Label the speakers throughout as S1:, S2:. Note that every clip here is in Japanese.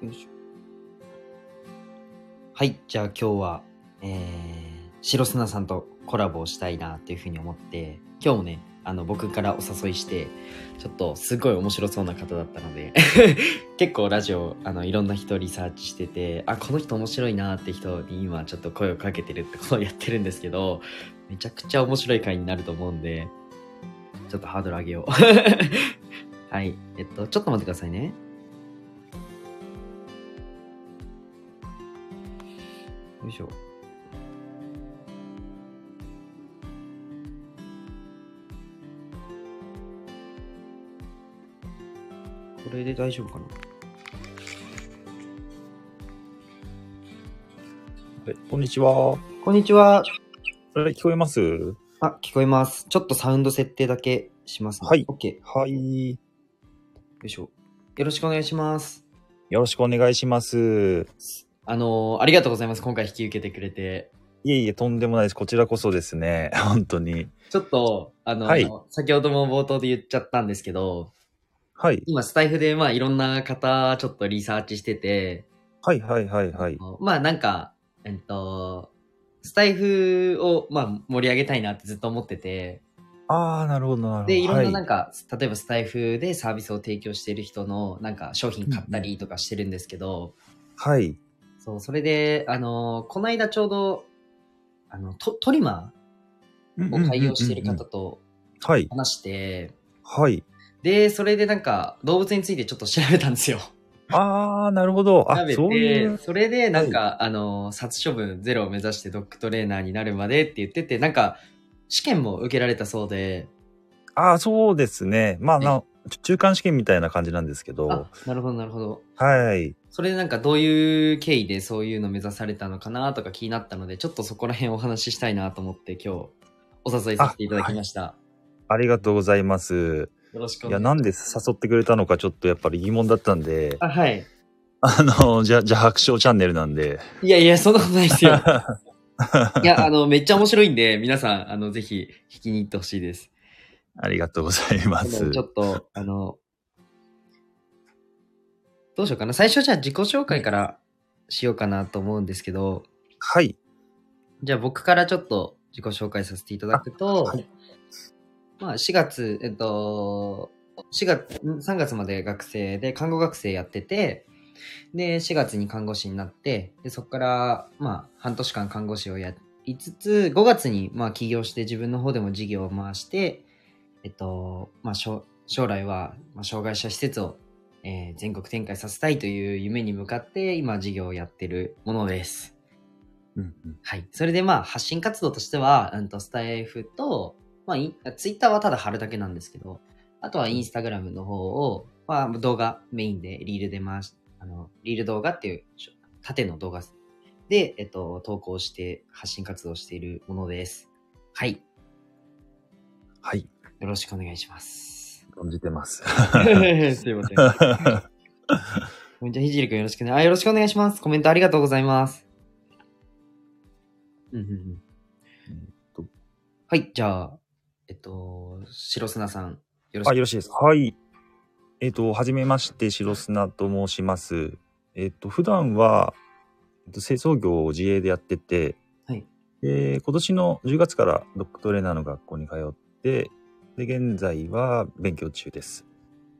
S1: よいしょ。はい、じゃあ今日は、えー、白砂さんとコラボをしたいなっていうふうに思って、今日もね、あの、僕からお誘いして、ちょっとすごい面白そうな方だったので、 結構ラジオ、あの、いろんな人リサーチしてて、あ、この人面白いなって人に今ちょっと声をかけてるってことをやってるんですけど、めちゃくちゃ面白い回になると思うんで、ちょっとハードル上げよう。 はい。えっと、ちょっと待ってくださいね。よいしょ。これで大丈夫かな
S2: はいこんにちは。
S1: こんにちは。
S2: あれ、聞こえます
S1: あ、聞こえます。ちょっとサウンド設定だけしますね。
S2: はい
S1: OK。よ
S2: はい。
S1: いしょ。よろしくお願いします。
S2: よろしくお願いします。
S1: あのーありがとうございます。今回引き受けてくれて。
S2: いえいえ、とんでもないです。こちらこそですね。 本当に。
S1: ちょっと、あのー
S2: はい
S1: 先ほども冒頭で言っちゃったんですけど、
S2: はい。
S1: 今スタイフでまあいろんな方ちょっとリサーチしてて、
S2: はいはいはいはい。
S1: まあなんか、えっと、スタイフを、まあ、盛り上げたいなってずっと思ってて、
S2: ああ、なるほどなるほど。
S1: で、いろんなな
S2: は
S1: んか、例えばスタイフでサービスを提供してる人のなんか商品買ったりとかしてるんですけど、
S2: はい。
S1: そう、それで、あの、この間ちょうど、あの、トトリマ
S2: うんうんう
S1: ー
S2: んうん
S1: を開業してる方。と
S2: はい。
S1: 話して、
S2: はい。
S1: で、それでなんか動物についてちょっと調べたんですよ。
S2: ああ、なるほど。
S1: 調
S2: あ、
S1: べ
S2: そうい
S1: て、
S2: う。
S1: それでなんか、あの、殺処分ゼロを目指してドッグトレーナーになるまでって言ってて、なんか、試験も受けられたそうで、
S2: ああ、そうですね。まあ、な中間試験みたいな感じなんですけど
S1: あ。、なるほど、なるほど。
S2: はい。
S1: それでなんかどういう経緯でそういうの目指されたのかなとか気になったので、ちょっとそこら辺お話ししたいなと思って今日お誘いさせていただきました。
S2: ありがとうございます。
S1: よろしく
S2: い
S1: お願
S2: や、
S1: いし
S2: な
S1: ます。
S2: んで誘ってくれたのかちょっとやっぱり疑問だったんで、
S1: あ、はい。
S2: あの、じゃ、じゃあ白鳥チャンネルなんで。
S1: いやいや、そんなことないですよ。いや、あの、めっちゃ面白いんで、皆さん、あの、ぜひ聞きに行ってほしいです。
S2: ありがとうございま
S1: ですもちょ。っと、あの、どうしようかな。最初じゃあ自己紹介からしようかなと思うんですけど、
S2: はい。
S1: じゃあ僕からちょっと自己紹介させていただくと、
S2: はい
S1: まあ4月、えっと、4月、ん3月まで学生で、看護学生やってて、で、4月に看護師になって、でそこから、まあ、半年間看護師をやりつつ、5月に、まあ、起業して自分の方でも事業を回して、えっと、まあ、将将来は、まあ、障害者施設を、えー全国展開させたいという夢に向かって、今、事業をやってるものです。
S2: うんうん
S1: はい。それでまあ、発信活動としては、うんと、スタイフと、まあ、インツイッターはただ貼るだけなんですけど、あとはインスタグラムの方を、まあ、動画メインで、リールで回し、あの、リール動画っていう、しょ縦の動画で、えっと、投稿して、発信活動しているものです。はい。
S2: はい。
S1: よろしくお願いします。
S2: 存じて ます。
S1: すいません。じゃあ、ひじりくんよろしくね。あ、よろしくお願いします。コメントありがとうございます。うんうんうん。はい、じゃあ、えっと、白砂さん、よろしく
S2: あ、よろしいです。はい。えっ、と、はじめまして、白砂と申します。えっ、と、普段は、えっと清掃業を自営でやってて、
S1: はい
S2: で、今年の10月からドッグトレーナーの学校に通って、で、現在は勉強中です。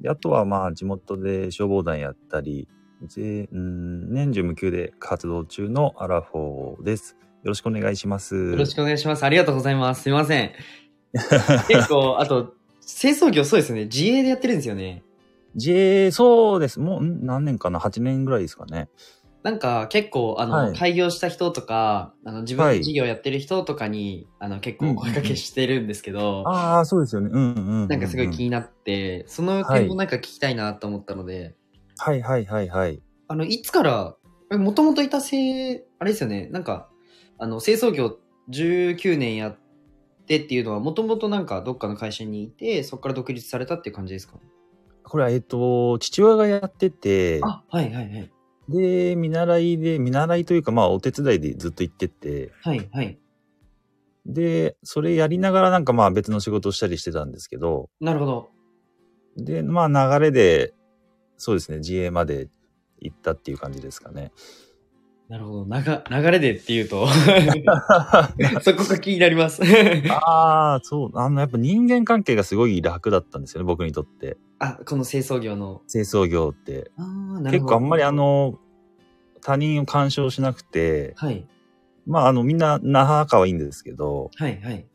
S2: で、あとは、まあ、地元で消防団やったり、でうん年中無休で活動中のアラフォーです。よろしくお願いします。
S1: よろしくお願いします。ありがとうございます。すいません。結構、あと、清掃業、そうですよね。自営でやってるんですよね。
S2: 自営、そうです。もう、ん何年かな ?8 年ぐらいですかね。
S1: なんか、結構、あの、
S2: はい
S1: 開業した人とか、あの、自分
S2: は
S1: で
S2: い
S1: 事業やってる人とかに、あの、結構お声掛けしてるんですけど、
S2: ああ、そうですよね。うんうんうんうん。
S1: なんかすごい気になって、その点もなんか聞きたいなと思ったので、
S2: はいはいはいはい。
S1: あの、いつから、え、もともといたせい、あれですよね、なんか、あの、清掃業19年やってっていうのは、もともとなんかどっかの会社にいて、そこから独立されたっていう感じですか
S2: これは、えっと、父親がやってて、
S1: あ、はいはいはい。
S2: で、見習いで、見習いというか、まあ、お手伝いでずっと行ってて、
S1: はいはい。
S2: で、それやりながらなんかまあ別の仕事をしたりしてたんですけど、
S1: なるほど。
S2: で、まあ流れで、そうですね、自営まで行ったっていう感じですか ね。
S1: なるほど。なが流れでっていう とそこが気になります。
S2: ああ、そう、あの、やっぱ人間関係がすごい楽だったんですよね、僕にとって。
S1: あ、この清掃業の。
S2: 清掃業って。
S1: ああ、なる
S2: 結
S1: ほど。
S2: 構あんまりあ、の、他人を干渉しなくて、
S1: はい、
S2: まあ、あの、みんな仲はいいんですけど、
S1: はい、はい、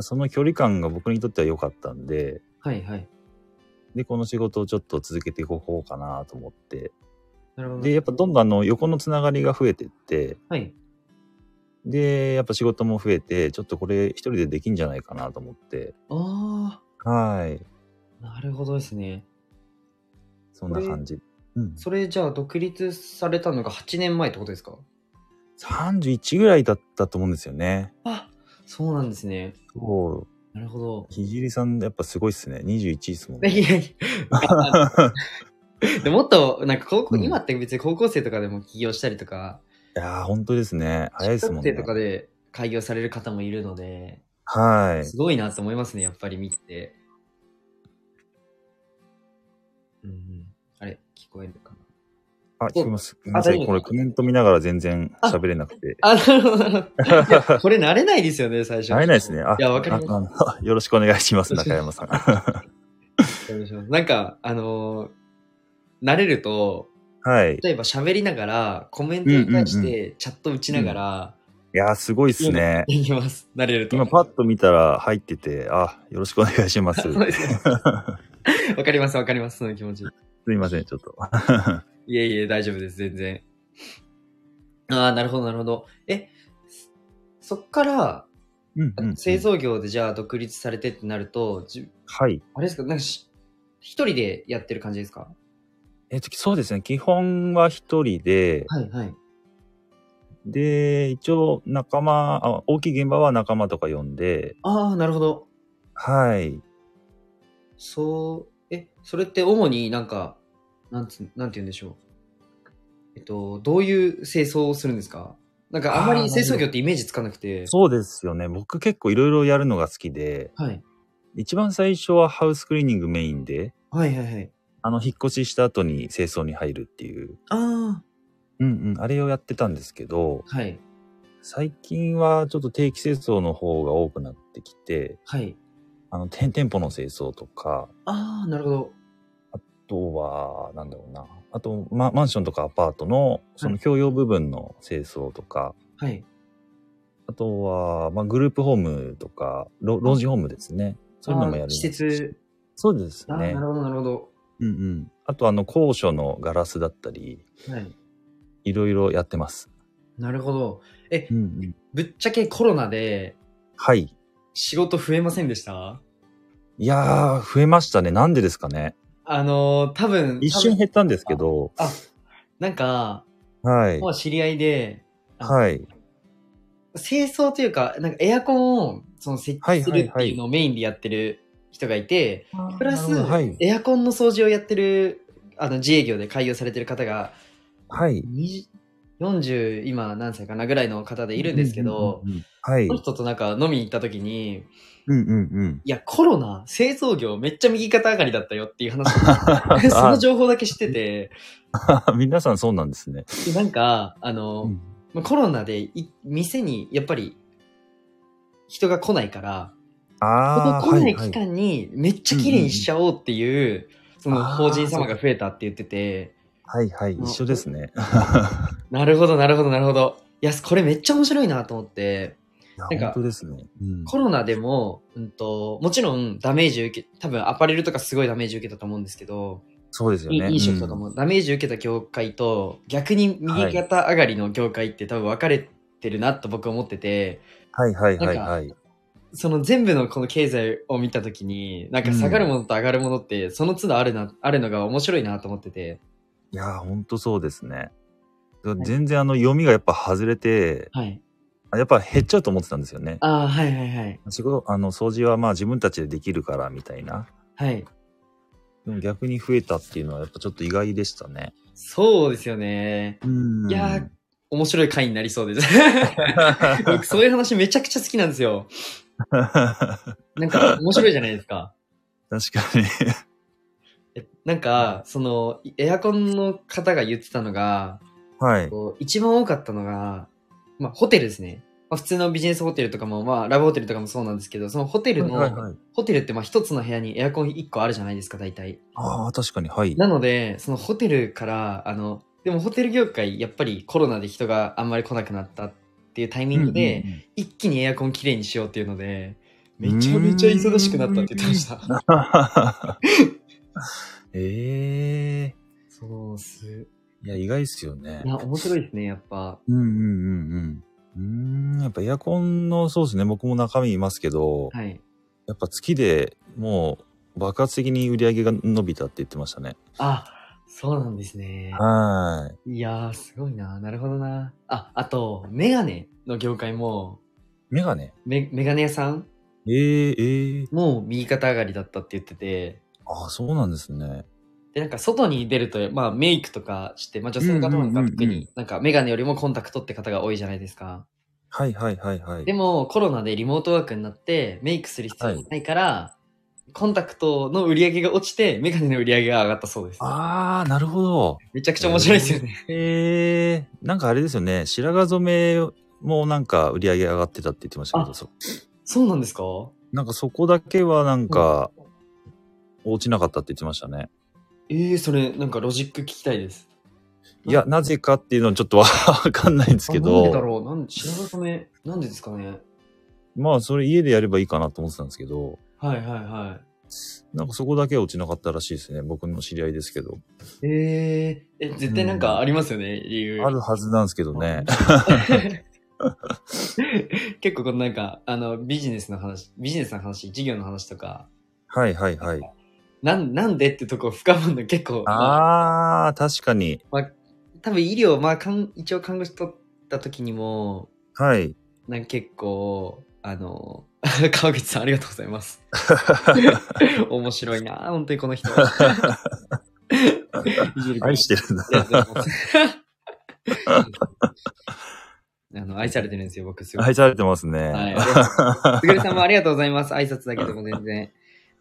S2: その距離感が僕にとっては良かったんで、
S1: はい、はい。
S2: で、この仕事をちょっと続けていこうかなと思って。
S1: なるほど。
S2: で、やっぱどんどんあの、横のつながりが増えてって、
S1: はい。
S2: で、やっぱ仕事も増えて、ちょっとこれ一人でできんじゃないかなと思って。
S1: あ
S2: はい。
S1: あ、なるほどですね。
S2: そんな感じ。うん。
S1: それじゃあ、独立されたのが8年前ってことですか
S2: 31ぐらいだったと思うんですよね。
S1: あ、そうなんですね。
S2: そう。
S1: なるほど。
S2: ひじりさん、やっぱすごいっすね。21っすもん
S1: いや
S2: ね。
S1: いやいやでもっと、なんか高校、
S2: うん
S1: 今って別に高校生とかでも起業したりとか、
S2: いやー、本当ですね。早いっす
S1: 中
S2: も
S1: 学
S2: んね
S1: 生。とかで開業される方もいるので、
S2: はい。
S1: すごいなと思いますね、やっぱり見て。うんうん。あれ、聞こえるかな
S2: あ、聞きます。ごめんなさ
S1: 大丈
S2: い。
S1: 夫
S2: これコメント見ながら全然喋れなくて。
S1: あ、なる ほどなるほどいや。これ慣れないですよね、最初。
S2: 会えないですね。あ、
S1: いや、わかります。
S2: ああのよ ろしくお願いし ます、中山さん。
S1: わかりますなんか、あのー慣れると、
S2: はい。い
S1: 例えば喋りながら、コメントに対し
S2: うんう
S1: てチャット打ちながら、
S2: やー、すごいっすね。
S1: できます。慣れると。
S2: 今パッと見たら入ってて、あ、よろしくお願いします。
S1: そうですね わかります、わかります、その気持ち。
S2: すいません、ちょっと。
S1: いえいえ、大丈夫です、全然。ああ、なるほど、なるほど。え、そそっから、
S2: うんうんうん
S1: 製造業でじゃあ独立されてってなると、じゅ
S2: はい。
S1: あれですか、なんかし一人でやってる感じですか
S2: えっと、そうですね。基本は一人で、
S1: はい、はい。
S2: で、一応仲間あ、大きい現場は仲間とか呼んで、
S1: ああ、なるほど。
S2: はい。
S1: そう、え、それって主になんか、なんつ、なんて言うんでしょう。えっと、どういう清掃をするんですかなんかあま
S2: あ
S1: り
S2: ー
S1: 清掃業ってイメージつかなくて。
S2: そうですよね。僕結構いろいろやるのが好きで、
S1: はい。
S2: 一番最初はハウスクリーニングメインで、
S1: はいはいはい。
S2: あの、引っ越しした後に清掃に入るっていう、
S1: あ
S2: うんうん、あれをやってたんですけど、
S1: あ。はい。
S2: 最近はちょっと定期清掃の方が多くなってきて、
S1: はい。
S2: あの、て店舗の清掃とか、
S1: ああ、なるほど。
S2: あとは、なんだろうな。あと、ま、マンションとかアパートの、その共用部分の清掃とか、
S1: はい。
S2: あとは、まあ、グループホームとか、ろ老人ホームですね。そういうのもや
S1: あー
S2: る。
S1: 施設。
S2: そうです
S1: ああ、
S2: ね
S1: な。るほど、なるほど。
S2: うんうん。あと、あの、高所のガラスだったり、
S1: はい。
S2: いろいろやってます。
S1: なるほど。え、
S2: うんうん。
S1: ぶっちゃけコロナで
S2: はい。
S1: 仕事増えませんでした
S2: いやー、増えましたね。なんでですかね。
S1: あのー、多分、
S2: 一瞬
S1: 多分
S2: 減ったんですけど、
S1: あ、なんか、
S2: はい
S1: ま。あ知り合いで、
S2: はい。
S1: 清掃というか、なんかエアコンをその設置するって
S2: はいは
S1: い
S2: い
S1: う
S2: はい
S1: のをメインでやってる人がいて、プラス、
S2: なるほどはい。
S1: エアコンの掃除をやってる、あの、自営業で開業されてる方が、
S2: はい。
S1: 20 40今何歳かなぐらいの方でいるんですけど、
S2: うんうんうんうん。はい
S1: そ。の人となんか飲みに行った時に、
S2: うんうんうん。
S1: いや、コロナ、製造業めっちゃ右肩上がりだったよっていう話を その情報だけ知ってて、
S2: あ皆さんそうなんですね。
S1: でなんか、あの、まあコロナでい店にやっぱり人が来ないから、
S2: ああ、
S1: この来ない期
S2: はいはい
S1: 間にめっちゃ綺麗にしちゃおうっていう、その
S2: あー
S1: 法人様が増えたって言ってて、
S2: はいはい、一緒ですね。
S1: なるほど、なるほど、なるほど。いや、これめっちゃ面白いなと思って、
S2: いや
S1: なんか
S2: 本当ですね。うん
S1: コロナでも、うんと、もちろんダメージ受け、多分アパレルとかすごいダメージ受けたと思うんですけど、
S2: そうですよね。
S1: 飲食とかもダメージ受けた業界と、逆に右肩上がりの業界って多分分かれてるなと僕は思ってて、
S2: うんはいはいはいはい。
S1: その全部のこの経済を見たときに、なんか下がるものと上がるものって、その都度あるな、あるのが面白いなと思ってて。
S2: いやー、本当そうですね。全然あの読みがやっぱ外れて、
S1: はい。
S2: やっぱ減っちゃうと思ってたんですよね。
S1: ああ、はいはいはい。
S2: 仕事、あの掃除はまあ自分たちでできるからみたいな。
S1: はい。
S2: でも逆に増えたっていうのはやっぱちょっと意外でしたね。
S1: そうですよね。
S2: うん
S1: いや面白い回になりそう です。僕、そういう話めちゃくちゃ好きなんですよ。
S2: 確か
S1: なんか面白いじゃないですか。
S2: に。
S1: えなんか、その、いエアコンの方が言ってたのが、
S2: はい。
S1: こう一番多かったのが、まあ、ホテルですね。まあ、普通のビジネスホテルとかも、まあ、ラブホテルとかもそうなんですけど、そのホテルの、
S2: はいはいはい
S1: ホテルってまあ一つの部屋にエアコン1個あるじゃないですか、大体。
S2: ああ、確かに、はい。
S1: なので、そのホテルから、あの、でもホテル業界、やっぱりコロナで人があんまり来なくなったっていうタイミングで、
S2: うんうんうん
S1: 一気にエアコンきれいにしようっていうので、めちゃめちゃ忙しくなったって言ってました。
S2: ええ
S1: そうっす。
S2: いや、意外っすよね
S1: い。や、面白いですね、やっぱ。
S2: うんうんうんうん。うーん、やっぱエアコンの、そうですね、僕も中身いますけど、
S1: はい。
S2: やっぱ月でもう爆発的に売り上げが伸びたって言ってましたね。
S1: あ、そうなんですね。
S2: はい。
S1: いやー、すごいな。なるほどな。あ、あと、メガネの業界も、
S2: メガネ。
S1: メメガネ屋さん
S2: ええええ
S1: も右肩上がりだったって言ってて、
S2: ああ、そうなんですね。
S1: で、なんか外に出ると、まあメイクとかして、まあ女性の方なん
S2: うん
S1: か
S2: うんうんうん
S1: 特に、なんかメガネよりもコンタクトって方が多いじゃないですか。
S2: はいはいはいはい。
S1: でもコロナでリモートワークになって、メイクする必要がないから、コンタクトの売り上げが落ちて、メガネの売り上げが上がったそうです。
S2: ああ、なるほど。
S1: めちゃくちゃ面白いですよね。
S2: ええなんかあれですよね。白髪染めもなんか売り上げ上がってたって言ってましたけど、
S1: あ
S2: そ
S1: そうなんですか
S2: なんかそこだけはなんか、落ちなかったって言ってましたね。
S1: ええー、それ、なんかロジック聞きたいです。
S2: いや、なぜかっていうのはちょっとわ かんないんですけ
S1: あなんでだ
S2: ど、
S1: ろうなん白髪染め、なんでですかね
S2: まあそれ家でやればいいかなと思ってたんですけど、
S1: はいはいは
S2: なんかそこだけは落ちなかったらしいですね。僕の知り合いですけど。
S1: い。ええー、え、絶対なんかありますよね、理由。
S2: あるはずなんですけどね。
S1: 結構このなんかあのビジネスの話ビジネスの話事業の話とか
S2: はいはいはい。
S1: なんなんでってとこ深まるの結構まあ
S2: ああ、確かに。
S1: 多分医療まあかん一応看護師取った時にも
S2: はい。
S1: なんか結構あの 川口さんありがとうございます 面白いな本当にこの人いじるから
S2: 愛してるんだ
S1: あり。がとうございます あの愛されてるんですよ僕すごい
S2: 愛されてますね。
S1: はい。すぐるさんもありがとうございます。挨拶だけでも全然。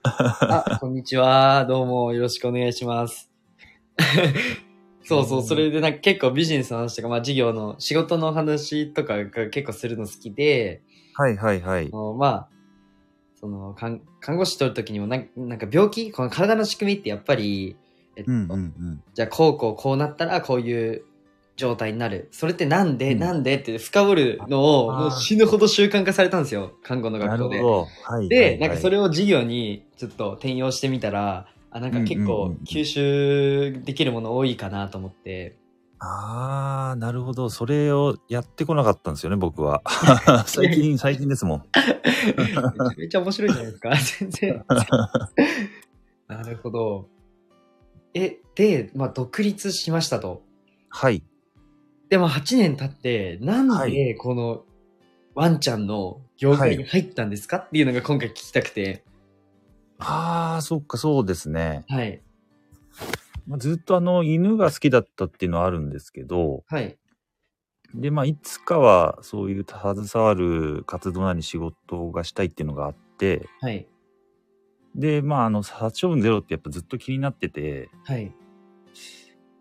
S1: あ、こんにちは。どうもよろしくお願いします。 そうそう、それでなんか結構ビジネスの話とか、まあ事業の仕事の話とかが結構するの好きで、
S2: はいはいはい
S1: あ。のまあ、その看看護師取るときにもなんなんか病気この体の仕組みってやっぱり、えっと
S2: うんうんうん。
S1: じゃあこうこうこうなったらこういう状態になるそれってなんで、
S2: うん
S1: なんでって深掘るのを
S2: あー
S1: もう死ぬほど習慣化されたんですよ看護の
S2: な
S1: 学校
S2: るほ
S1: で。
S2: ど。はいはいはい。
S1: で、なんかそれを授業にちょっと転用してみたらあなんか結
S2: うんうん
S1: 構
S2: うん
S1: 吸収できるもの多いかなと思って、
S2: ああ、なるほど。それをやってこなかったんですよね、僕は。最近、最近ですもん。
S1: めちゃめちゃ面白いじゃない ですか全然。 なるほど。えで、まあ、独立しましたと。
S2: はい。
S1: でも8年経って、な
S2: は
S1: んで
S2: い
S1: このワンちゃんの業界に入ったんですか、っていうのが今回聞きたくて。
S2: ああ、そっか、そうですね。
S1: はい。
S2: まあ、ずっとあの、犬が好きだったっていうのはあるんですけど、
S1: はい。
S2: で、まあ、いつかはそういう携わる活動なり仕事がしたいっていうのがあって、
S1: はい。
S2: で、まあ、あの、殺処分ゼロってやっぱずっと気になってて、
S1: はい。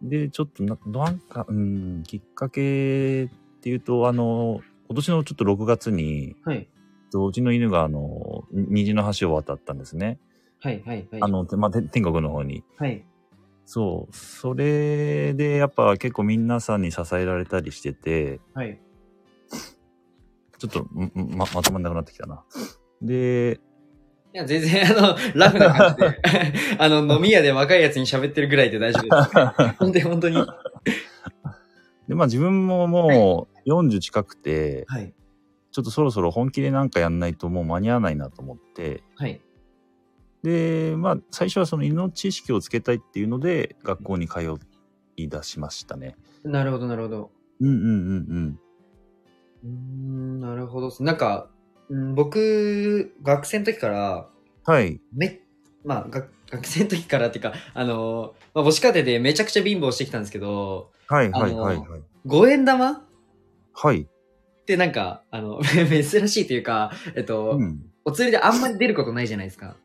S2: で、ちょっとな、なんか、うん、きっかけっていうと、あの、今年のちょっと6月に、
S1: はい。
S2: うちの犬が、あの、虹の橋を渡ったんですね。
S1: はい。はい。はい。
S2: あの、てまあ、て天国の方に。
S1: はい。
S2: そう。それで、やっぱ結構皆さんに支えられたりしてて、
S1: はい。
S2: ちょっと、んんま、まとまんなくなってきたな。で、
S1: いや、全然、あの、 ラフな感じで。 あの、飲み屋で若いやつに喋ってるぐらいで大丈夫です。本当に、本当に。は
S2: で、まあ自分ももう40近くて、
S1: い。
S2: ちょっとそろそろ本気でなんかやんないともう間に合わないなと思って、
S1: はい。
S2: で、まあ最初はその犬の知識をつけたいっていうので、学校に通い出しましたね。
S1: なるほど、なるほど。
S2: うんうんうんうん。
S1: うーん、なるほどっす。なんか、うん僕、学生の時から、
S2: はい。
S1: めまあ学学生の時からっていうかあのーまあ、母子家庭でめちゃくちゃ貧乏してきたんですけど
S2: はいはい
S1: あの
S2: はいはい。
S1: 5円玉っ
S2: はい。
S1: てなんかあの 珍しいというか、えっと
S2: うん。
S1: お釣りであんまり出ることないじゃないですか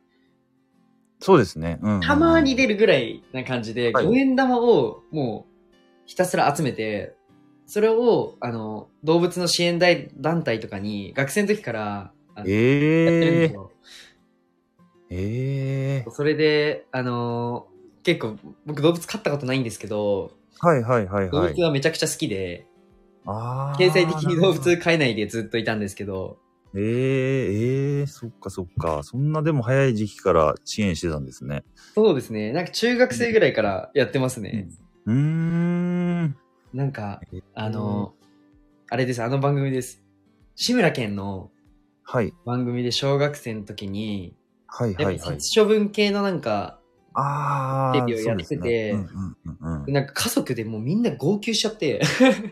S2: そうですね。うんうんうん
S1: たまに出るぐらいな感じで、
S2: はい
S1: 5円玉をもうひたすら集めて、それを、あの、動物の支援団団体とかに学生の時から、あのやってるんで
S2: え
S1: す
S2: ー、
S1: よ。
S2: えー、
S1: それで、あのー結構、僕動物飼ったことないんですけど、
S2: はいはいはい
S1: 動
S2: は
S1: 物
S2: い。
S1: はめちゃくちゃ好きで、
S2: ああ。
S1: 経済的に動
S2: なる
S1: 物飼えないでずっといたんですけど、
S2: ほど。えー、えー、そっかそっか。そんなでも早い時期から支援してたんですね。
S1: そうですね、なんか中学生ぐらいからやってますね。
S2: うーん。
S1: なんか、あのーあれです、あの番組です。志村けんの
S2: はい。
S1: 番組で小学生の時に、
S2: はい
S1: や
S2: は
S1: っ
S2: い
S1: ぱ
S2: はい。
S1: 殺処分系のなんか、
S2: ああ。
S1: テレビをやってて
S2: そうですねうんうんうんうん。い
S1: なんか家族でもうみんな号泣しちゃって、
S2: やー、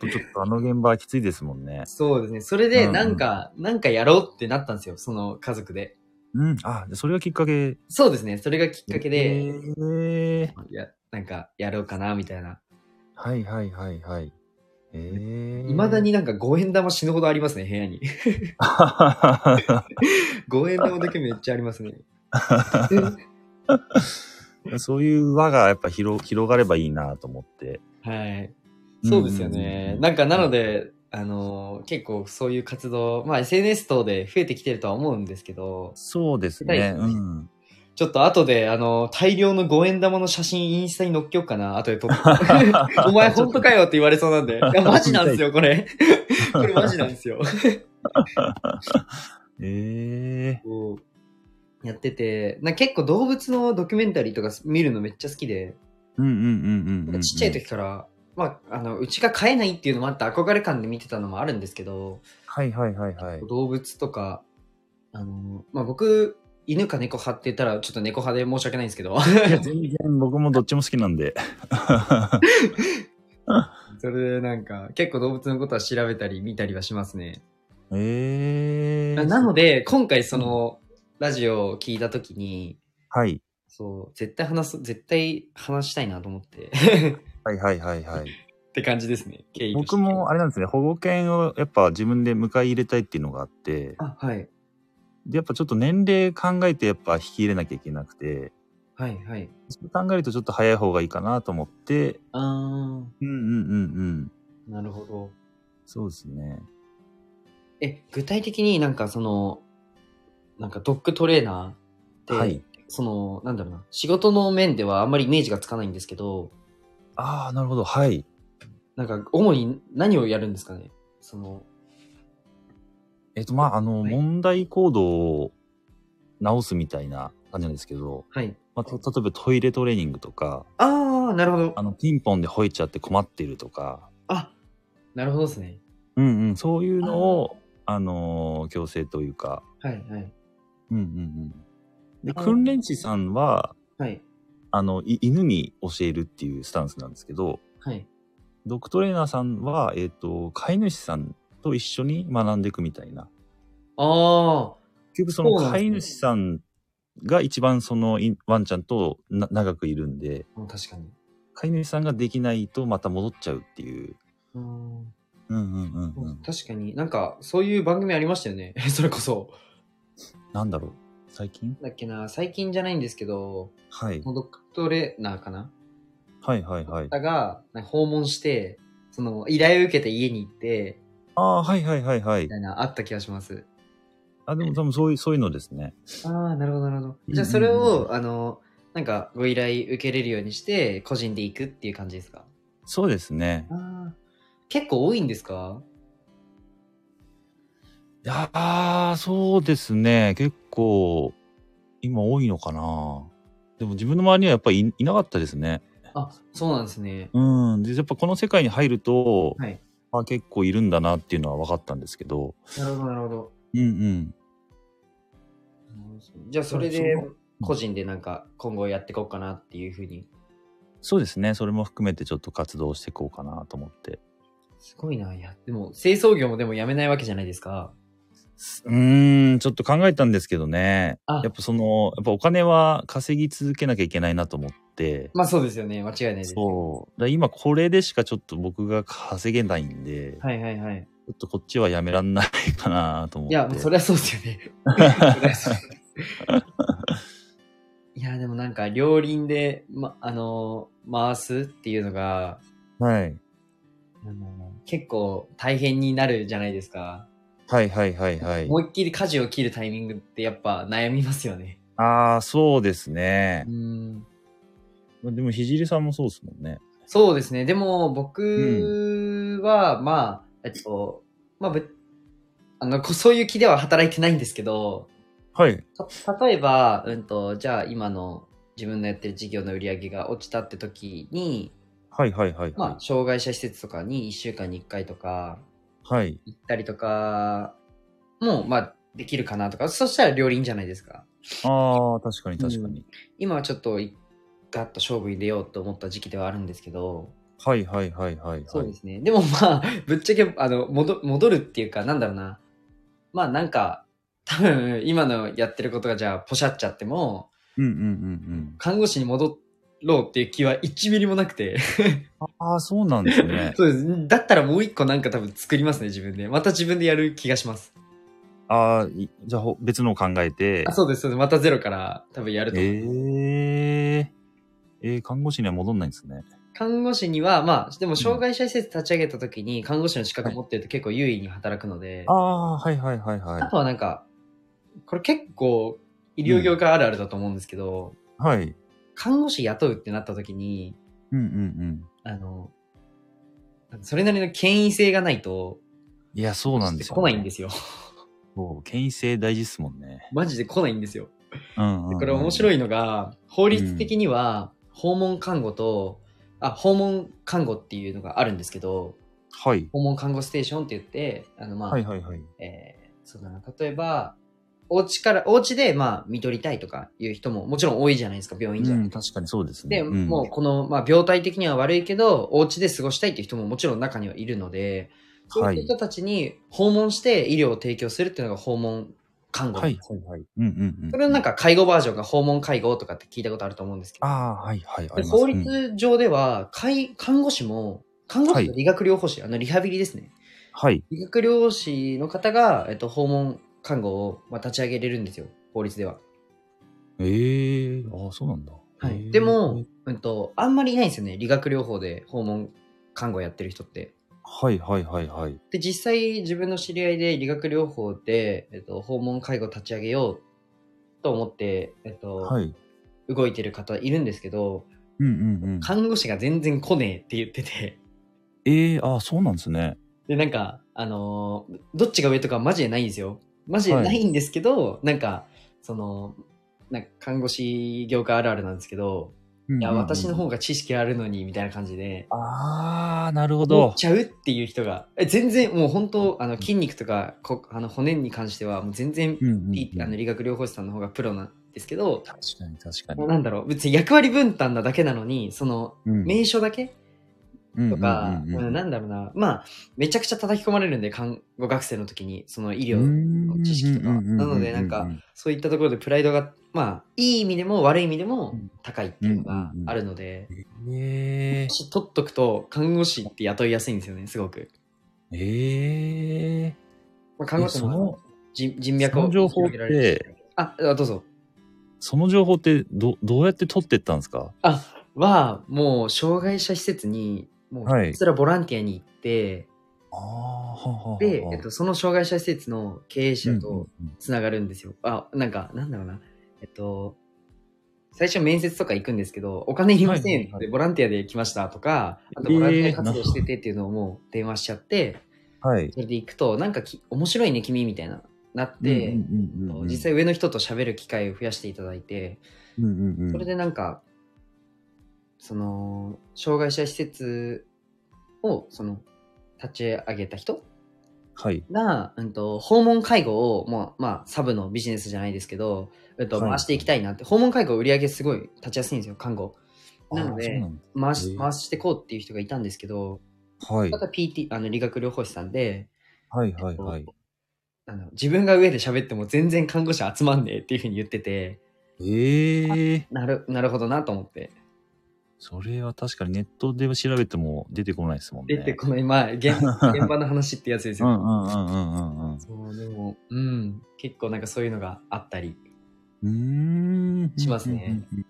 S2: ほんとちょっとあの現場はきついですもんね。
S1: そうですね、それ
S2: うん
S1: で
S2: うん
S1: なんか、なんかやろうってなったんですよ、その家族で。
S2: うん。あ、それがきっかけ。きっ
S1: そうですね、それがきっかけで、
S2: えー、
S1: いやなんかやろうかなみたいな。
S2: はいはいはいはい。えー。
S1: いまだ。になんか5円玉死ぬほどありますね、部屋に。5円玉だけめっちゃあります ね。
S2: そういう輪がやっぱ広広がればいいなと思って。
S1: はい。そうですよね。なんかなので、あのー結構そういう活動、まあ SNS 等で増えてきてるとは思うんですけど、
S2: そうです
S1: はい
S2: ね。うん。
S1: ちょっと後で、あのー大量の5円玉の写真インスタに載っけようかな、後で 撮って。お前本当かよって言われそうなんで。いや、マジなんですよ、これ。 これマジなんですよ。
S2: ええ
S1: こうやってて、な結構動物のドキュメンタリーとか見るのめっちゃ好きで、
S2: うんうんうんうんうんうん。
S1: ちっちゃい時から、まあ、あの、うちが飼えないっていうのもあって憧れ感で見てたのもあるんですけど、
S2: はいはいはいはい。
S1: 動物とか、あの、まあ僕、犬か猫派って言ったらちょっと猫派で申し訳ないんですけ ど、
S2: いや、全然僕もどっちも好きなんで。
S1: それでなんか結構動物のことは調べたり見たりはしますね。
S2: ええ
S1: なの
S2: で。
S1: で、今回その、ラジオを聞いた時に、
S2: はい。
S1: そう、絶対話す、絶対話したいなと思って、
S2: はいはいはい
S1: っ
S2: はい。
S1: て感じですね。経緯として
S2: 僕もあれなんですね、保護犬をやっぱ自分で迎え入れたいっていうのがあって、
S1: あ、はい。
S2: で、やっぱちょっと年齢考えてやっぱ引き入れなきゃいけなくて、
S1: はい、はい。
S2: そう考えるとちょっと早い方がいいかなと思って、
S1: あ
S2: うんうんうんうん。
S1: ー、なるほど。
S2: そうですね。
S1: え、具体的になんかその、なんかドッグトレーナーって、
S2: はい。
S1: その、なんだろうな、仕事の面ではあんまりイメージがつかないんですけど、
S2: ああ、なるほど。はい。
S1: なんか主に何をやるんですかねその、
S2: えっ、と、まあ、あの、
S1: はい
S2: 問題行動を直すみたいな感じなんですけど、
S1: はい。
S2: まあ、と例えばトイレトレーニングとか、
S1: あー、なるほど
S2: あ。の、ピンポンで吠えちゃって困ってるとか、
S1: あ、なるほどですね。
S2: うんうん、そういうのを、あのー強制というか、
S1: はい、はい。
S2: うんうんうん。で、
S1: あー
S2: 訓練士さんは、
S1: はい、
S2: あの、い犬に教えるっていうスタンスなんですけど、
S1: はい。
S2: ドッグトレーナーさんは、えっ、と、飼い主さんと一緒に学んでいくみたいな。
S1: あ
S2: 結局そ
S1: そ
S2: の
S1: うなん
S2: 飼
S1: です
S2: い
S1: ね
S2: 主さんが一番そのいワンちゃんとな長くいるんで、
S1: ー、もう確かに。
S2: 飼い主さんができないとまた戻っちゃうっていう。
S1: うーん
S2: うんうんうんうん。
S1: 確かになんかそういう番組ありましたよね。 それこそ。
S2: なんだろう最近
S1: だっけな、最近じゃないんですけど、
S2: はい。
S1: ドッグトレーナーかな
S2: はいはいはい。
S1: 方がなんか訪問して、その依頼を受けて家に行って、
S2: ああ、はいはいはいはい
S1: み。たいな、あった気がします。
S2: あ、でも多分そういう、そういうのですね。
S1: ああ、なるほど、なるほど。
S2: うん
S1: じゃあそれを、あの、なんかご依頼受けれるようにして、個人で行くっていう感じですか
S2: そうですね。
S1: ああ。結構多いんですか
S2: ああー、そうですね。結構、今多いのかな。でも自分の周りにはやっぱりいいなかったですね。
S1: あ、そうなんですね。
S2: うん。で、やっぱこの世界に入ると、
S1: はい。
S2: まあ結構いるんだなっていうのは分かったんですけど。
S1: なるほど、なるほど。
S2: うんうん。
S1: じゃあそれ
S2: そ
S1: で
S2: う、
S1: 個人でなんか今後やっていこうかなっていうふうに。
S2: そうですね。それも含めてちょっと活動していこうかなと思って。
S1: すごいな。いや、でも、清掃業もでもやめないわけじゃないですか。
S2: うーん、ちょっと考えたんですけどね。
S1: あ
S2: やっぱその、やっぱお金は稼ぎ続けなきゃいけないなと思って。
S1: まあそうですよね。間違いないです。
S2: そう。だから今これでしかちょっと僕が稼げないんで、
S1: はいはいはい。
S2: ちょっとこっちはやめらんないかなと思っ
S1: い
S2: て。
S1: や、もうそれはそうですよね。そりゃそういや、でもなんか、両輪で、ま、あのー回すっていうのが、
S2: はい。
S1: あのー結構大変になるじゃないですか。
S2: はいはいはいはい。
S1: 思いっきり舵を切るタイミングってやっぱ悩みますよね。
S2: ああ、そうですね
S1: う。ん。
S2: まあでも、ひじりさんもそうですもんね。
S1: そうですね。でも、僕は、まあ、えっと、まあ、ぶあの、こそういう気では働いてないんですけど、
S2: はい。
S1: た例えば、うんと、じゃあ今の自分のやってる事業の売り上げが落ちたって時に、
S2: はいはいはいはい。
S1: まあ、障害者施設とかに1週間に1回とか
S2: はい。
S1: 行ったりとかも、まあ、できるかなとか、そしたら両輪じゃないですか。
S2: ああ、確かに確かに。
S1: 今はちょっとい、ガッと勝負に出ようと思った時期ではあるんですけど、
S2: はいはいはいはい
S1: そ
S2: は
S1: うで
S2: い。
S1: すね。でもまあ、ぶっちゃけ、あの、戻戻るっていうか、なんだろうな。まあなんか、多分、今のやってることがじゃあ、ポシャっちゃっても、
S2: うんうんうん
S1: 看護師に戻ろうっていう気は1ミリもなくて。。
S2: うん。ああ、そうなんですね
S1: そうです。だったらもう一個なんか多分作りますね、自分で。また自分でやる気がします。
S2: ああ、いじゃあほ別のを考えて
S1: あ、。そうです、そうです。またゼロから多分やると思う。
S2: えええー看護師には戻んないんですね。
S1: 看護師には、まあ、でも障害者施設立ち上げた時に看護師の資格持ってると結構優位に働くので、
S2: ああ、はいはいはいはい
S1: あ。とはなんか、これ結構医療業界あるあるだと思うんですけど、
S2: はい。
S1: 看護師雇うってなった時に、
S2: うんうんうん。
S1: あの、それなりの権威性がないと、
S2: いや、そうなんですよ、
S1: 来ないんですよ。
S2: そう、権威性大事っすもんね。
S1: マジで来ないんですよ。
S2: うんうん、
S1: これ面白
S2: い。
S1: いのが、法律的には訪問看護と、あ、訪問看護っていうのがあるんですけど、
S2: はい。
S1: 訪問看護ステーションって言って、あの、まあ、
S2: はいはいはい。
S1: えーそうだな、例えば、お家から、お家で、まあ、見とりたいとかいう人ももちろん多いじゃないですか、病院じゃ
S2: う
S1: なくて
S2: ん、確かにそうです
S1: で、
S2: ね。うん
S1: もうこの、まあ、病態的には悪いけど、お家で過ごしたいっていう人ももちろん中にはいるので、そう
S2: はいいう
S1: 人たちに訪問して医療を提供するっていうのが訪問看護。
S2: はいはいはい。うんうんうん。
S1: それのなんか介護バージョンが訪問介護とかって聞いたことあると思うんですけど、
S2: ああ、はいはい。あ
S1: で
S2: ります
S1: 法
S2: うん
S1: 律上では、介看護師も、看護師と理学療法士、あのリハビリですね。
S2: はい。
S1: 理学療法士の方が、えっと、訪問看護を、まあ、立ち上げれるんですよ、法律では。
S2: ええああ、そうなんだ。
S1: はい
S2: へー
S1: でも、、うんと、あんまりいないんですよね、理学療法で訪問看護やってる人って。
S2: はいはいはいはい。
S1: で実際自分の知り合いで理学療法で、えっと、訪問介護立ち上げようと思って、えっと
S2: はい。
S1: 動いてる方いるんですけど
S2: うんうんうん。
S1: 看護師が全然来ねえって言ってて
S2: ええああ、そうなんですね。
S1: でなんか、あのーどっちが上とかマジでないんですよマジでないんですけど、なんかそのなんか看護師業界あるあるなんですけど、
S2: い
S1: いや私の方が知識あるのにみたいな感じで
S2: ああ、なるほ
S1: 持
S2: ど
S1: っ。ちゃうっていう人がえ全然もう本当あの筋肉とかこあの骨に関してはもう全然
S2: うんうんうん
S1: いあの理学療法士さんの方がプロなんですけど、
S2: 確かに確かに。
S1: なんだろう、別に役割分担なだけなのに、その
S2: うん
S1: 名称だけとか、
S2: うんう
S1: う
S2: んうんうんん
S1: なんだろうな、まあ、めちゃくちゃ叩き込まれるんで、看護学生の時に、その医
S2: う
S1: 療、
S2: んうんうんうんうん
S1: 知識とかなのでなんかそういったところでプライドが、まあ、いい意味でも悪い意味でも
S2: うん
S1: 高いっていうのがあるので、
S2: ええ
S1: もし取っとくと、看護師って雇いやすいんですよね、すごく。
S2: ええ
S1: まあ、看護師
S2: そ
S1: の
S2: の
S1: 人人脈
S2: そ
S1: を
S2: の情報っ
S1: 広げ
S2: て
S1: られるし。あ、あどうぞ。
S2: その情報ってどどうやって取ってったんですか
S1: は、もう、障害者施設に、もう、
S2: はい
S1: ひたすらボランティアに行って、
S2: ああははは
S1: で、えっと、その障害者施設の経営者
S2: うんうん
S1: と
S2: うん
S1: つながるんですよ。あ、なんか、なんだろうな。えっと、最初面接とか行くんですけど、お金いりません
S2: はいはいはい
S1: でボランティアで来ましたとか、あと
S2: えー
S1: ボランティア活動しててっていうのをもう電話しちゃって、
S2: はい。
S1: それで行くと、なんかき面白いね、君みたいな、なって、
S2: うんうんうんうん
S1: 実際上の人と喋る機会を増やしていただいて、
S2: うんうんうん
S1: それでなんか、その、障害者施設を、その、立ち上げた人
S2: はい。
S1: が、うん、と訪問介護を、もうまあ、サブのビジネスじゃないですけど、うん、と
S2: はい
S1: 回していきたいなって、訪問介護売り上げすごい立ちやすいんですよ看護なの
S2: あーそう
S1: で
S2: んだ
S1: 回
S2: へ
S1: し
S2: ー
S1: 回してこうっていう人がいたんですけど
S2: はい
S1: ま。た PT あの理学療法士さんで、
S2: はいはいはい。
S1: あの自分が上で喋っても全然看護師集まんねえっていうふうに言ってて
S2: ええ
S1: なるなるほどなと思って
S2: それは確かにネットで調べても出てこないですもんね。
S1: 出てこの今 現現場の話ってやつです
S2: う
S1: よ、
S2: んうんうんうんうんうん。
S1: そうでもうん結構なんかそういうのがあったり
S2: ううん
S1: しますね。
S2: うんうん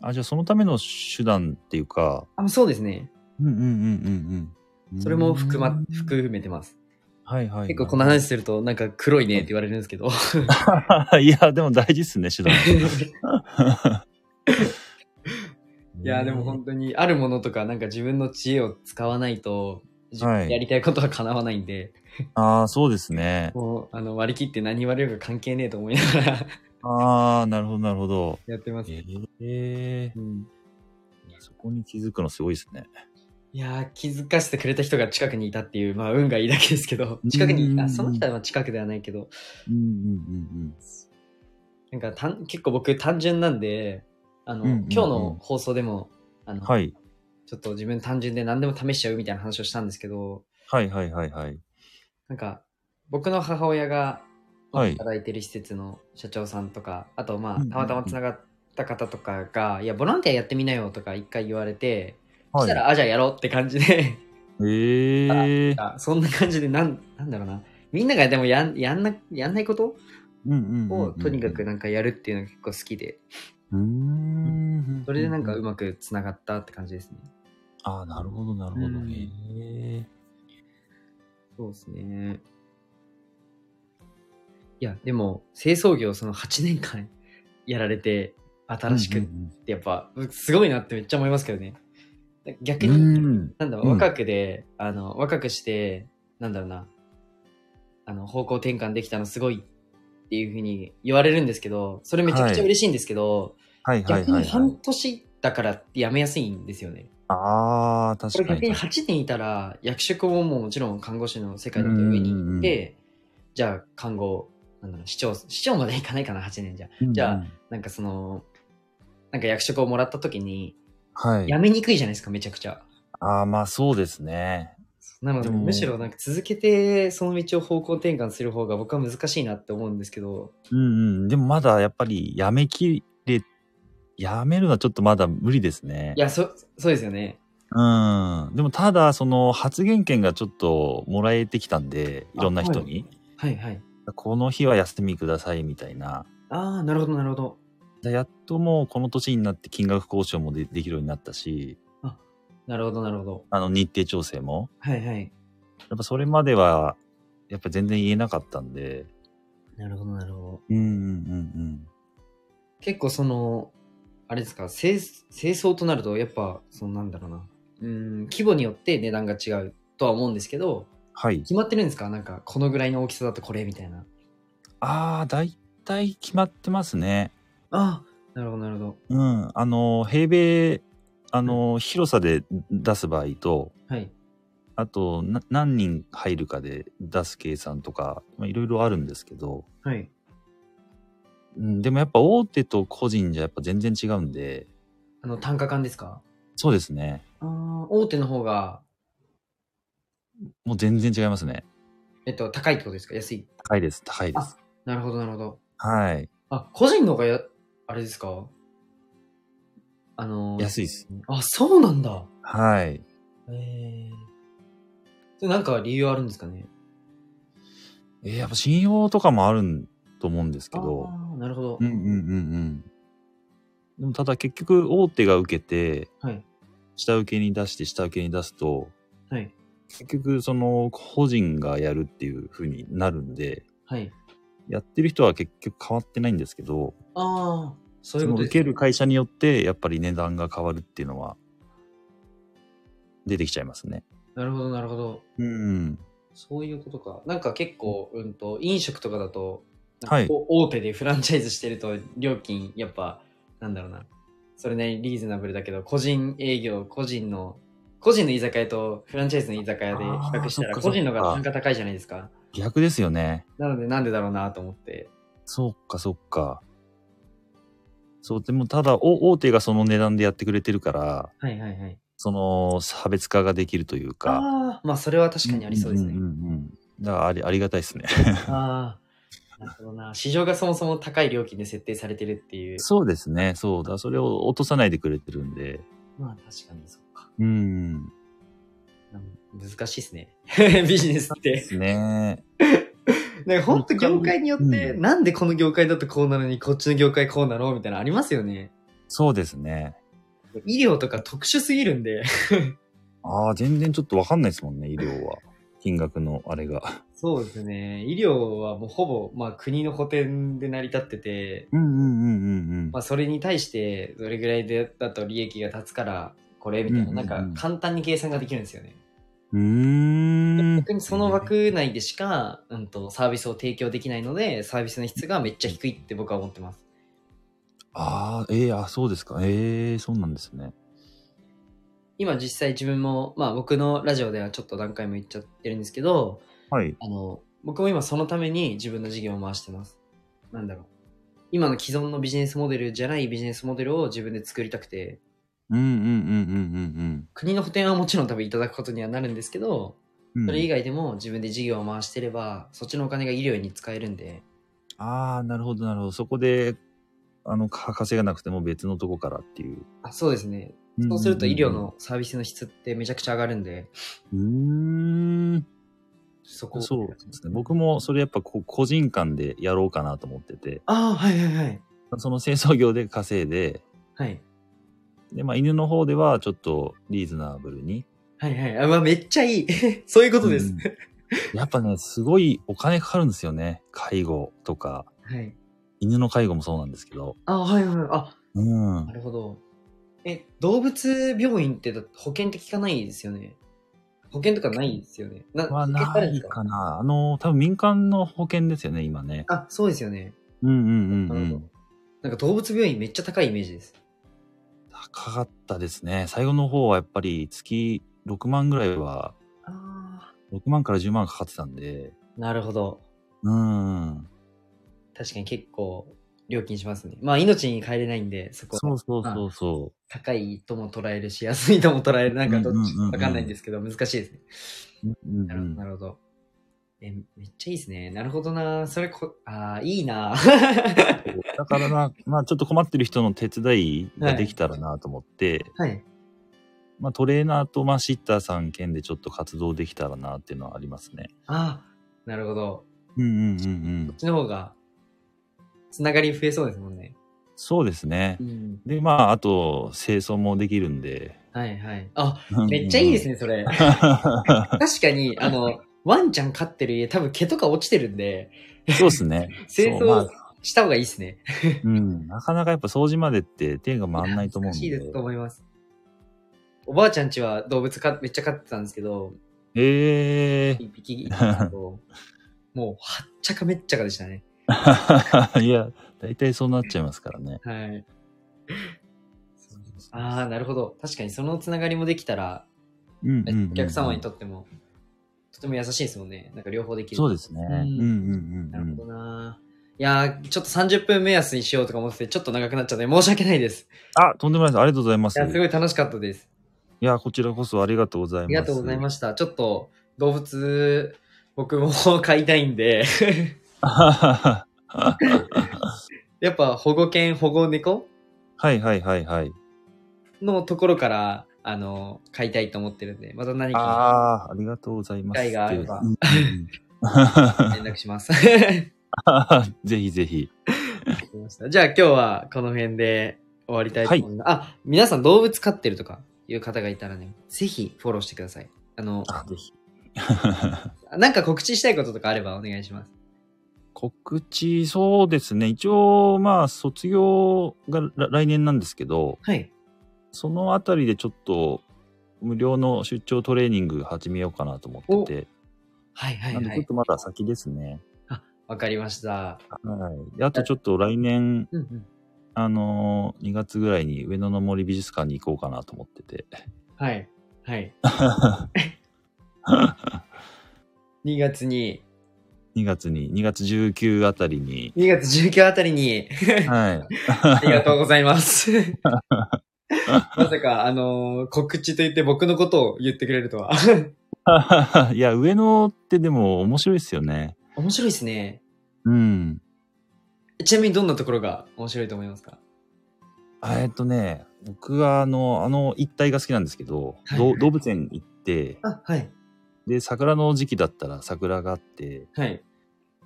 S2: あ、じゃあそのための手段っていうか、
S1: あそうですね。
S2: うんうんうんうんうん。
S1: それも含
S2: う
S1: ま
S2: ん、
S1: 含めてます。
S2: はいはいはい。
S1: 結構この話すると、なんか黒いねって言われるんですけど。
S2: いや、でも大事っすね、手段。
S1: いや、でも本当に、あるものとか、なんか自分の知恵を使わないと、自分
S2: はい
S1: やりたいことは叶わないんで、
S2: ああ、そうですね。
S1: もう、あの、割り切って何言われるか関係ねえと思いながら
S2: ああ、なるほど、なるほど。
S1: やってます。
S2: ええ
S1: うん、
S2: そこに気づくのすごいですね。
S1: いやー、気づかせてくれた人が近くにいたっていう、まあ、運がいいだけですけど、近くに、あ、その人は近くではないけど、
S2: うんうん
S1: なんかたん結構僕単純なんで、あの、
S2: うんうんうん
S1: 今日の放送でも、あ
S2: う
S1: の、
S2: ん。はい。
S1: ちょっと自分単純で何でも試しちゃうみたいな話をしたんですけど、
S2: はいはいはいはい。
S1: なんか、僕の母親が、
S2: はい
S1: 働いてる施設の社長さんとか、あとま
S2: うんうん
S1: あ
S2: うん、
S1: たまたまつながった方とかが、いや、ボランティアやってみなよとか一回言われて、そ
S2: は
S1: した
S2: い。
S1: ら、あ、じゃあやろうって感じ で、
S2: ええー。
S1: あそんな感じで、なん、なんだろうな。みんながでもやんやんな、やんないこと
S2: うんうんうんうん
S1: をとにかくなんかやるっていうのが結構好きで、
S2: うーん。
S1: それでなんかうまくつながったって感じですね。
S2: ああ、なるほど、なるほど。
S1: うん
S2: へえ。
S1: そうですね。いや、でも、清掃業、その8年間やられて、新しく
S2: う
S1: っ
S2: ん
S1: てやっぱ、すごいなってめっちゃ思いますけどね。逆
S2: う
S1: に、
S2: んうん。
S1: なんだろ
S2: う
S1: うん若くで、あの、若くして、なんだろうな、あの、方向転換できたのすごいっていうふうに言われるんですけど、それめちゃくちゃ嬉しいんですけど、
S2: はいはい
S1: 逆
S2: は
S1: に
S2: いは
S1: 半
S2: い。
S1: 年だから辞めやすいんですよね。
S2: ああ、
S1: こ
S2: 確
S1: れ
S2: か
S1: 逆
S2: に
S1: に。8年いたら、役職ももうもちろん看護師の世界だと上に
S2: うんうん
S1: 行
S2: う
S1: っ
S2: ん
S1: て、じゃあ看護、なんだろう、市長、市長までいかないかな、8年じゃ。じゃあ
S2: うんうん、
S1: なんかその、なんか役職をもらった時に、
S2: はい
S1: 辞。めにくいじゃないですか、めちゃくちゃ。
S2: ああ、まあそうですね。
S1: なので、
S2: でも
S1: むしろなんか続けてその道を方向転換する方が僕は難しいなって思うんですけど、
S2: うんうん。でもまだやっぱりやめきれ、やめるのはちょっとまだ無理ですね
S1: い。や、そ、そうですよね。
S2: うん。でもただ、その発言権がちょっともらえてきたんで、いろんな人に。
S1: はいはい。
S2: この日は休みくださいみたいな。
S1: ああ、なるほどなるほど。
S2: でやっともうこの年になって金額交渉もでできるようになったし、
S1: なるほどなるほど。
S2: あの日程調整も。
S1: はいはい。
S2: やっぱそれまでは、やっぱ全然言えなかったんで。
S1: なるほどなるほど。
S2: うんうん
S1: 結構その、あれですか、清清掃となるとやっぱ、そのなんだろうな。うーん、規模によって値段が違うとは思うんですけど、
S2: はい。
S1: 決まってるんですかなんか、このぐらいの大きさだとこれみたいな。
S2: ああ、だいたい決まってますね。
S1: ああ、なるほどなるほど。
S2: うん。あの、平米、あの、広さで出す場合と、
S1: はい。
S2: あと、な何人入るかで出す計算とか、まあいろいろあるんですけど、
S1: はい。
S2: うん、でもやっぱ大手と個人じゃやっぱ全然違うんで、
S1: あの、単価感ですか
S2: そうですね。
S1: ああ、大手の方が
S2: もう全然違いますね。
S1: えっと、高いってことですか安い。
S2: 高いです、高いです。
S1: なるほど、なるほど。
S2: はい。
S1: あ、個人の方がや、あれですかあのー、
S2: 安いです。
S1: あ、そうなんだ。
S2: はい。
S1: ええ。それなんか理由あるんですかね
S2: えーやっぱ信用とかもあるんと思うんですけど、
S1: あーなるほど
S2: うん。うんうんうん。でもただ結局大手が受けて、
S1: はい。
S2: 下請けに出して下請けに出すと、
S1: はい。
S2: 結局その個人がやるっていう風になるんで、
S1: はい。
S2: やってる人は結局変わってないんですけど、
S1: ああ、そうい
S2: そ
S1: こ
S2: うの
S1: と
S2: 受
S1: です
S2: け
S1: ね。
S2: る会社によってやっぱり値段が変わるっていうのは出てきちゃいますね。
S1: なるほど、なるほど。
S2: うん。
S1: そういうことか。なんか結構、うんと、飲食とかだと、なんか
S2: はい
S1: こう大手でフランチャイズしてると、料金、やっぱ、なんだろうな。それなりにリーズナブルだけど、個人営業、個人の、個人の居酒屋とフランチャイズの居酒屋で比較したら、
S2: あーそっかそっか
S1: 個人の方が単価高いじゃないですか。
S2: 逆ですよね。
S1: なので、なんでだろうなと思って。
S2: そっかそっか。そう、でもただお大手がその値段でやってくれてるから、
S1: はいはいはい。
S2: その差別化ができるというか。
S1: ああ、まあ、それは確かにありそうですね。
S2: んんうんうんだからありありがたいですね。
S1: ああ、なるほどな。市場がそもそも高い料金で設定されてるっていう。
S2: そうですね。そうだ。それを落とさないでくれてるんで。
S1: まあ、確かにそうか。
S2: う ん。
S1: なん難しいですね。ビジネスって
S2: で。すね。
S1: なんかほんと業界によって、
S2: う
S1: なんでこの業界だとこうなのに、こっちの業界こうなのみたいなのありますよね。
S2: そうですね。
S1: 医療とか特殊すぎるんで。
S2: ああ、全然ちょっとわかんないですもんね、医療は。金額のあれが。
S1: そうですね。医療はもうほぼ、まあ国の補填で成り立ってて、
S2: うんうんうんうんうん
S1: ま。あそれに対して、どれぐらいでだと利益が立つから、これみたいな、
S2: うんうんうん
S1: なんか簡単に計算ができるんですよね。
S2: うーん。
S1: 逆にその枠内でしか、うん、とサービスを提供できないのでサービスの質がめっちゃ低いって僕は思ってます
S2: ああ、ええあ、そうですか。ええそうなんですね。
S1: 今実際自分も、まあ、僕のラジオではちょっと何回も言っちゃってるんですけど
S2: はい。
S1: あの僕も今そのために自分の事業を回してますなんだろう今の既存のビジネスモデルじゃないビジネスモデルを自分で作りたくて
S2: うんうんうんうん
S1: 国の補填はもちろん多分いただくことにはなるんですけど
S2: うんうん。
S1: それ以
S2: 外。
S1: 外でも自分で事業を回してればそっちのお金が医療に使えるんで
S2: ああ、なるほどなるほど。そこで、あの、か稼がなくても別のとこからっていう。
S1: あそうですねそうすると医療のサービスの質ってめちゃくちゃ上がるんで、
S2: うんうんうん。うーん。
S1: そこ
S2: そうですね。僕もそれやっぱこう個人間でやろうかなと思ってて、
S1: ああ、はいはいはい。
S2: その清掃業で稼いで、
S1: はい。
S2: で、まあ犬の方ではちょっとリーズナブルに。
S1: はいはい。あ、まあ、めっちゃい い。そういうことです。
S2: うんやっぱね、すごいお金かかるんですよね。介護とか、
S1: はい。
S2: 犬の介護もそうなんですけど。
S1: あはいはい。あ、
S2: うん
S1: な。るほど。え、動物病院ってだって保険って聞かないですよね。保険とかないですよね。な、
S2: は
S1: 保険ってあ
S2: な
S1: るんで
S2: い
S1: すか
S2: かな。あの、多分民間の保険ですよね、今ね。
S1: あ、そうですよね。
S2: うんうんう
S1: なんる
S2: う
S1: ほど
S2: ん。。
S1: なんか動物病院めっちゃ高いイメージです。
S2: 高かったですね。最後の方はやっぱり月6万ぐらいは、
S1: ああ。
S2: 6万から10万かかってたんで、
S1: なるほど。
S2: うん。
S1: 確かに結構料金しますね。まあ命に変えれないんで、そこは
S2: そうそうそうそう。
S1: 高いとも捉えるし、安いとも捉える、なんかどっ
S2: うんうん
S1: ち
S2: うんうん
S1: わかんないんですけど、難しいですね。
S2: うんうん
S1: な
S2: う
S1: るほど、
S2: ん
S1: なるほど。え、めっちゃいいですね。なるほどな。それこ、ああ、いいな。
S2: だからな、まあちょっと困ってる人の手伝いができたらなと思って、
S1: はい。
S2: まあトレーナーとまあシッターさん兼でちょっと活動できたらなっていうのはありますね。
S1: ああ、なるほど。
S2: うんうんうんう
S1: こ
S2: ん
S1: っ。ちの方が、つながり増えそうですもんね。
S2: そうですね。
S1: ん。
S2: で、まああと清掃もできるんで。
S1: はいはい。あ、めっちゃいいです
S2: ね。
S1: ね、それ。
S2: そ
S1: 確か に、あの、ワンちゃん飼ってる家、多分毛とか落ちてるんで、
S2: うですね。
S1: 清
S2: そうま
S1: 掃した方がいいですね。
S2: あうん。なかなかやっぱ掃除までって手が回んないと思
S1: 難
S2: うんで。
S1: しいですと思います。おばあちゃんちは動物かめっちゃ飼ってたんですけど、
S2: ええ
S1: 一匹いたんですけ どもう、はっちゃかめっちゃかでしたね。
S2: ー。いや、大体そうなっちゃいますからね。
S1: はい。ああ、なるほど。確かにそのつながりもできたら、
S2: うんうんうんうん
S1: お客様にとっても、とても優しいですもんね。なんか両方できる。
S2: そうですね。うん
S1: うん
S2: うんう
S1: なん
S2: う
S1: る
S2: ん
S1: ほ。どな。いやー、ちょっと30分目安にしようとか思ってて、ちょっと長くなっちゃって、申し訳ない です。
S2: あ、とんでもないです。ありがとうございます。
S1: いや、すごい楽しかったです。
S2: いや、こちらこそありがとうございます。
S1: ありがとうございま
S2: し
S1: した。ちょっと、動物、僕も飼いたいんで、
S2: た。
S1: やっぱ保護犬、保護猫
S2: はいはいはいはい。
S1: のところから、あの、飼いたいと思ってるんで、また何
S2: あ
S1: か
S2: あ、ありがとうございます。
S1: 機会があれば
S2: うんうん
S1: 連絡します。 わ
S2: うんぜひぜひ。
S1: かりましたじゃあ今日はこの辺で終わりたいと思います。あ、皆さん動物飼ってるとかいう方がいたらね、ぜひフォローしてください。あの、
S2: あぜひ。
S1: なんか告知したいこととかあればお願いします。
S2: 告知、そうですね。一応、まあ、卒業がら来年なんですけど、
S1: はい。
S2: そのあたりでちょっと、無料の出張トレーニング始めようかなと思って
S1: はいは
S2: て、
S1: い
S2: なんで
S1: は
S2: ちょっ
S1: い。
S2: とまだ先ですね。
S1: わかりました。
S2: はい。であとちょっと来年、
S1: うんうん。
S2: あのー、2月ぐらいに上野の森美術館に行こうかなと思ってて。
S1: はい。はい。2月に、、
S2: 2月に、2月19あたりに
S1: 2月19あたり に、
S2: はい。
S1: ありがとうございます。 まさか、あのー告知と言って僕のことを言ってくれるとは。
S2: い や、上野ってでも面白いですよね。
S1: 面白いですね。
S2: うん。
S1: ちなみにどんなところが面白いと思いますか
S2: あえっとね、僕はあの、あの一帯が好きなんですけど、
S1: はい
S2: どう動物園行って、
S1: あ、はい。
S2: で、桜の時期だったら桜があって、
S1: はい。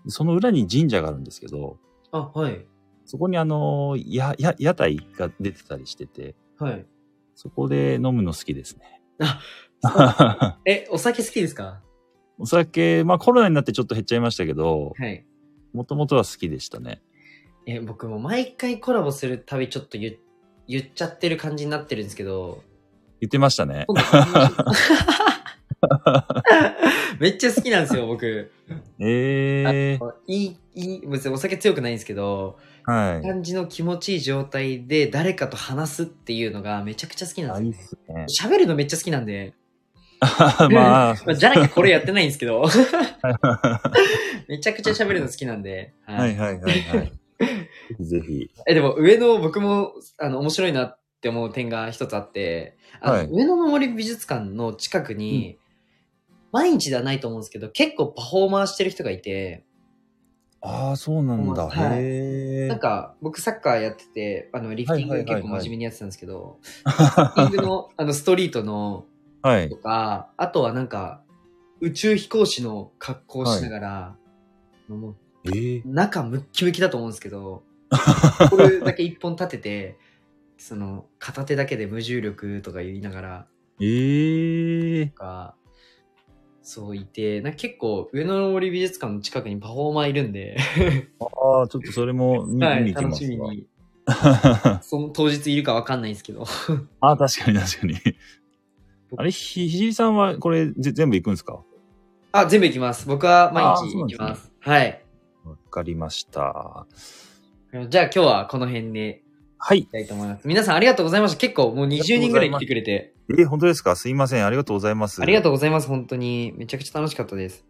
S2: その裏に神社があるんですけど、
S1: あ、はい。
S2: そこにあの、や、や、屋台が出てたりしてて、
S1: はい。
S2: そこで飲むの好きですね。
S1: え、お酒好きですか
S2: お酒、まあコロナになってちょっと減っちゃいましたけど、
S1: はい。
S2: もともとは好きでしたね。
S1: え、僕も毎回コラボするたびちょっと言っ言っちゃってる感じになってるんですけ ど、
S2: 言ってましたね。
S1: 今度言いましょ うめっちゃ好きなんですよ、僕。
S2: ええ
S1: いい、いい、別にお酒強くないんですけど、
S2: はい。
S1: 感じの気持ちいい状態で誰かと話すっていうのがめちゃくちゃ好きな
S2: あ、
S1: ん
S2: いい
S1: で
S2: っ
S1: すよ。
S2: すね。
S1: 喋るのめっちゃ好きなんで、
S2: まあ、
S1: まあじゃなきゃこれやってないんですけ ど、
S2: は
S1: めちゃくちゃ喋るの好きなんで、はい
S2: はいはいはい。ぜひぜひ。
S1: え、でも上野、僕も、あの、面白いなって思う点が一つあって、あの、
S2: はい
S1: 上野の森美術館の近くに、毎日ではないと思うんですけど、結構パフォーマーしてる人がいて、
S2: ああ、そうなんだ。
S1: はい
S2: へえ。
S1: なんか、僕サッカーやってて、あの、リフティン
S2: は
S1: グ
S2: いはいはいは
S1: 結
S2: い
S1: 構真面目にやってたんですけど、リフティング の、あの、ストリートの、
S2: はい
S1: と。か、あとはなんか、宇宙飛行士の格好をしながら、もう
S2: ええ。
S1: 中ムッキムキだと思うんですけ ど、これだけ一本立てて、その、片手だけで無重力とか言いながら、
S2: ええ。
S1: とか、そういて、なんか結構、上野の森美術館の近くにパフォーマーいるんで、
S2: ああ、ちょっとそれも見
S1: は
S2: 見
S1: い、
S2: に行き
S1: 楽
S2: ま
S1: し
S2: す
S1: み
S2: わ。
S1: に。 その当日いるかわかんないんですけど。
S2: ああ、確かに確かに。あれ、ひ、ひじりさんはこれぜ全部行くんですか
S1: あ、全部行きます。僕は毎
S2: あー
S1: 日
S2: そうな
S1: 行
S2: ん
S1: き
S2: ですね
S1: ます。はい。
S2: わかりました。
S1: じゃあ今日はこの辺で
S2: はい
S1: いき。たいと思います。皆さんありがとうございました。結構もう20人ぐらい来てくれて。
S2: えー、本当ですかすいません。ありがとうございます。
S1: ありがとう
S2: う。
S1: ございます。本当に。めちゃくちゃ楽しかったです。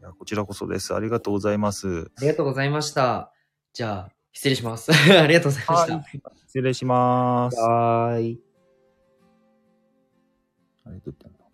S2: いやこちらこそです。ありがとうございます。
S1: ありがとうございました。じゃあ、失礼します。 ありがとうございました。
S2: 失礼します。
S1: バイ。
S2: あれどうやってやるの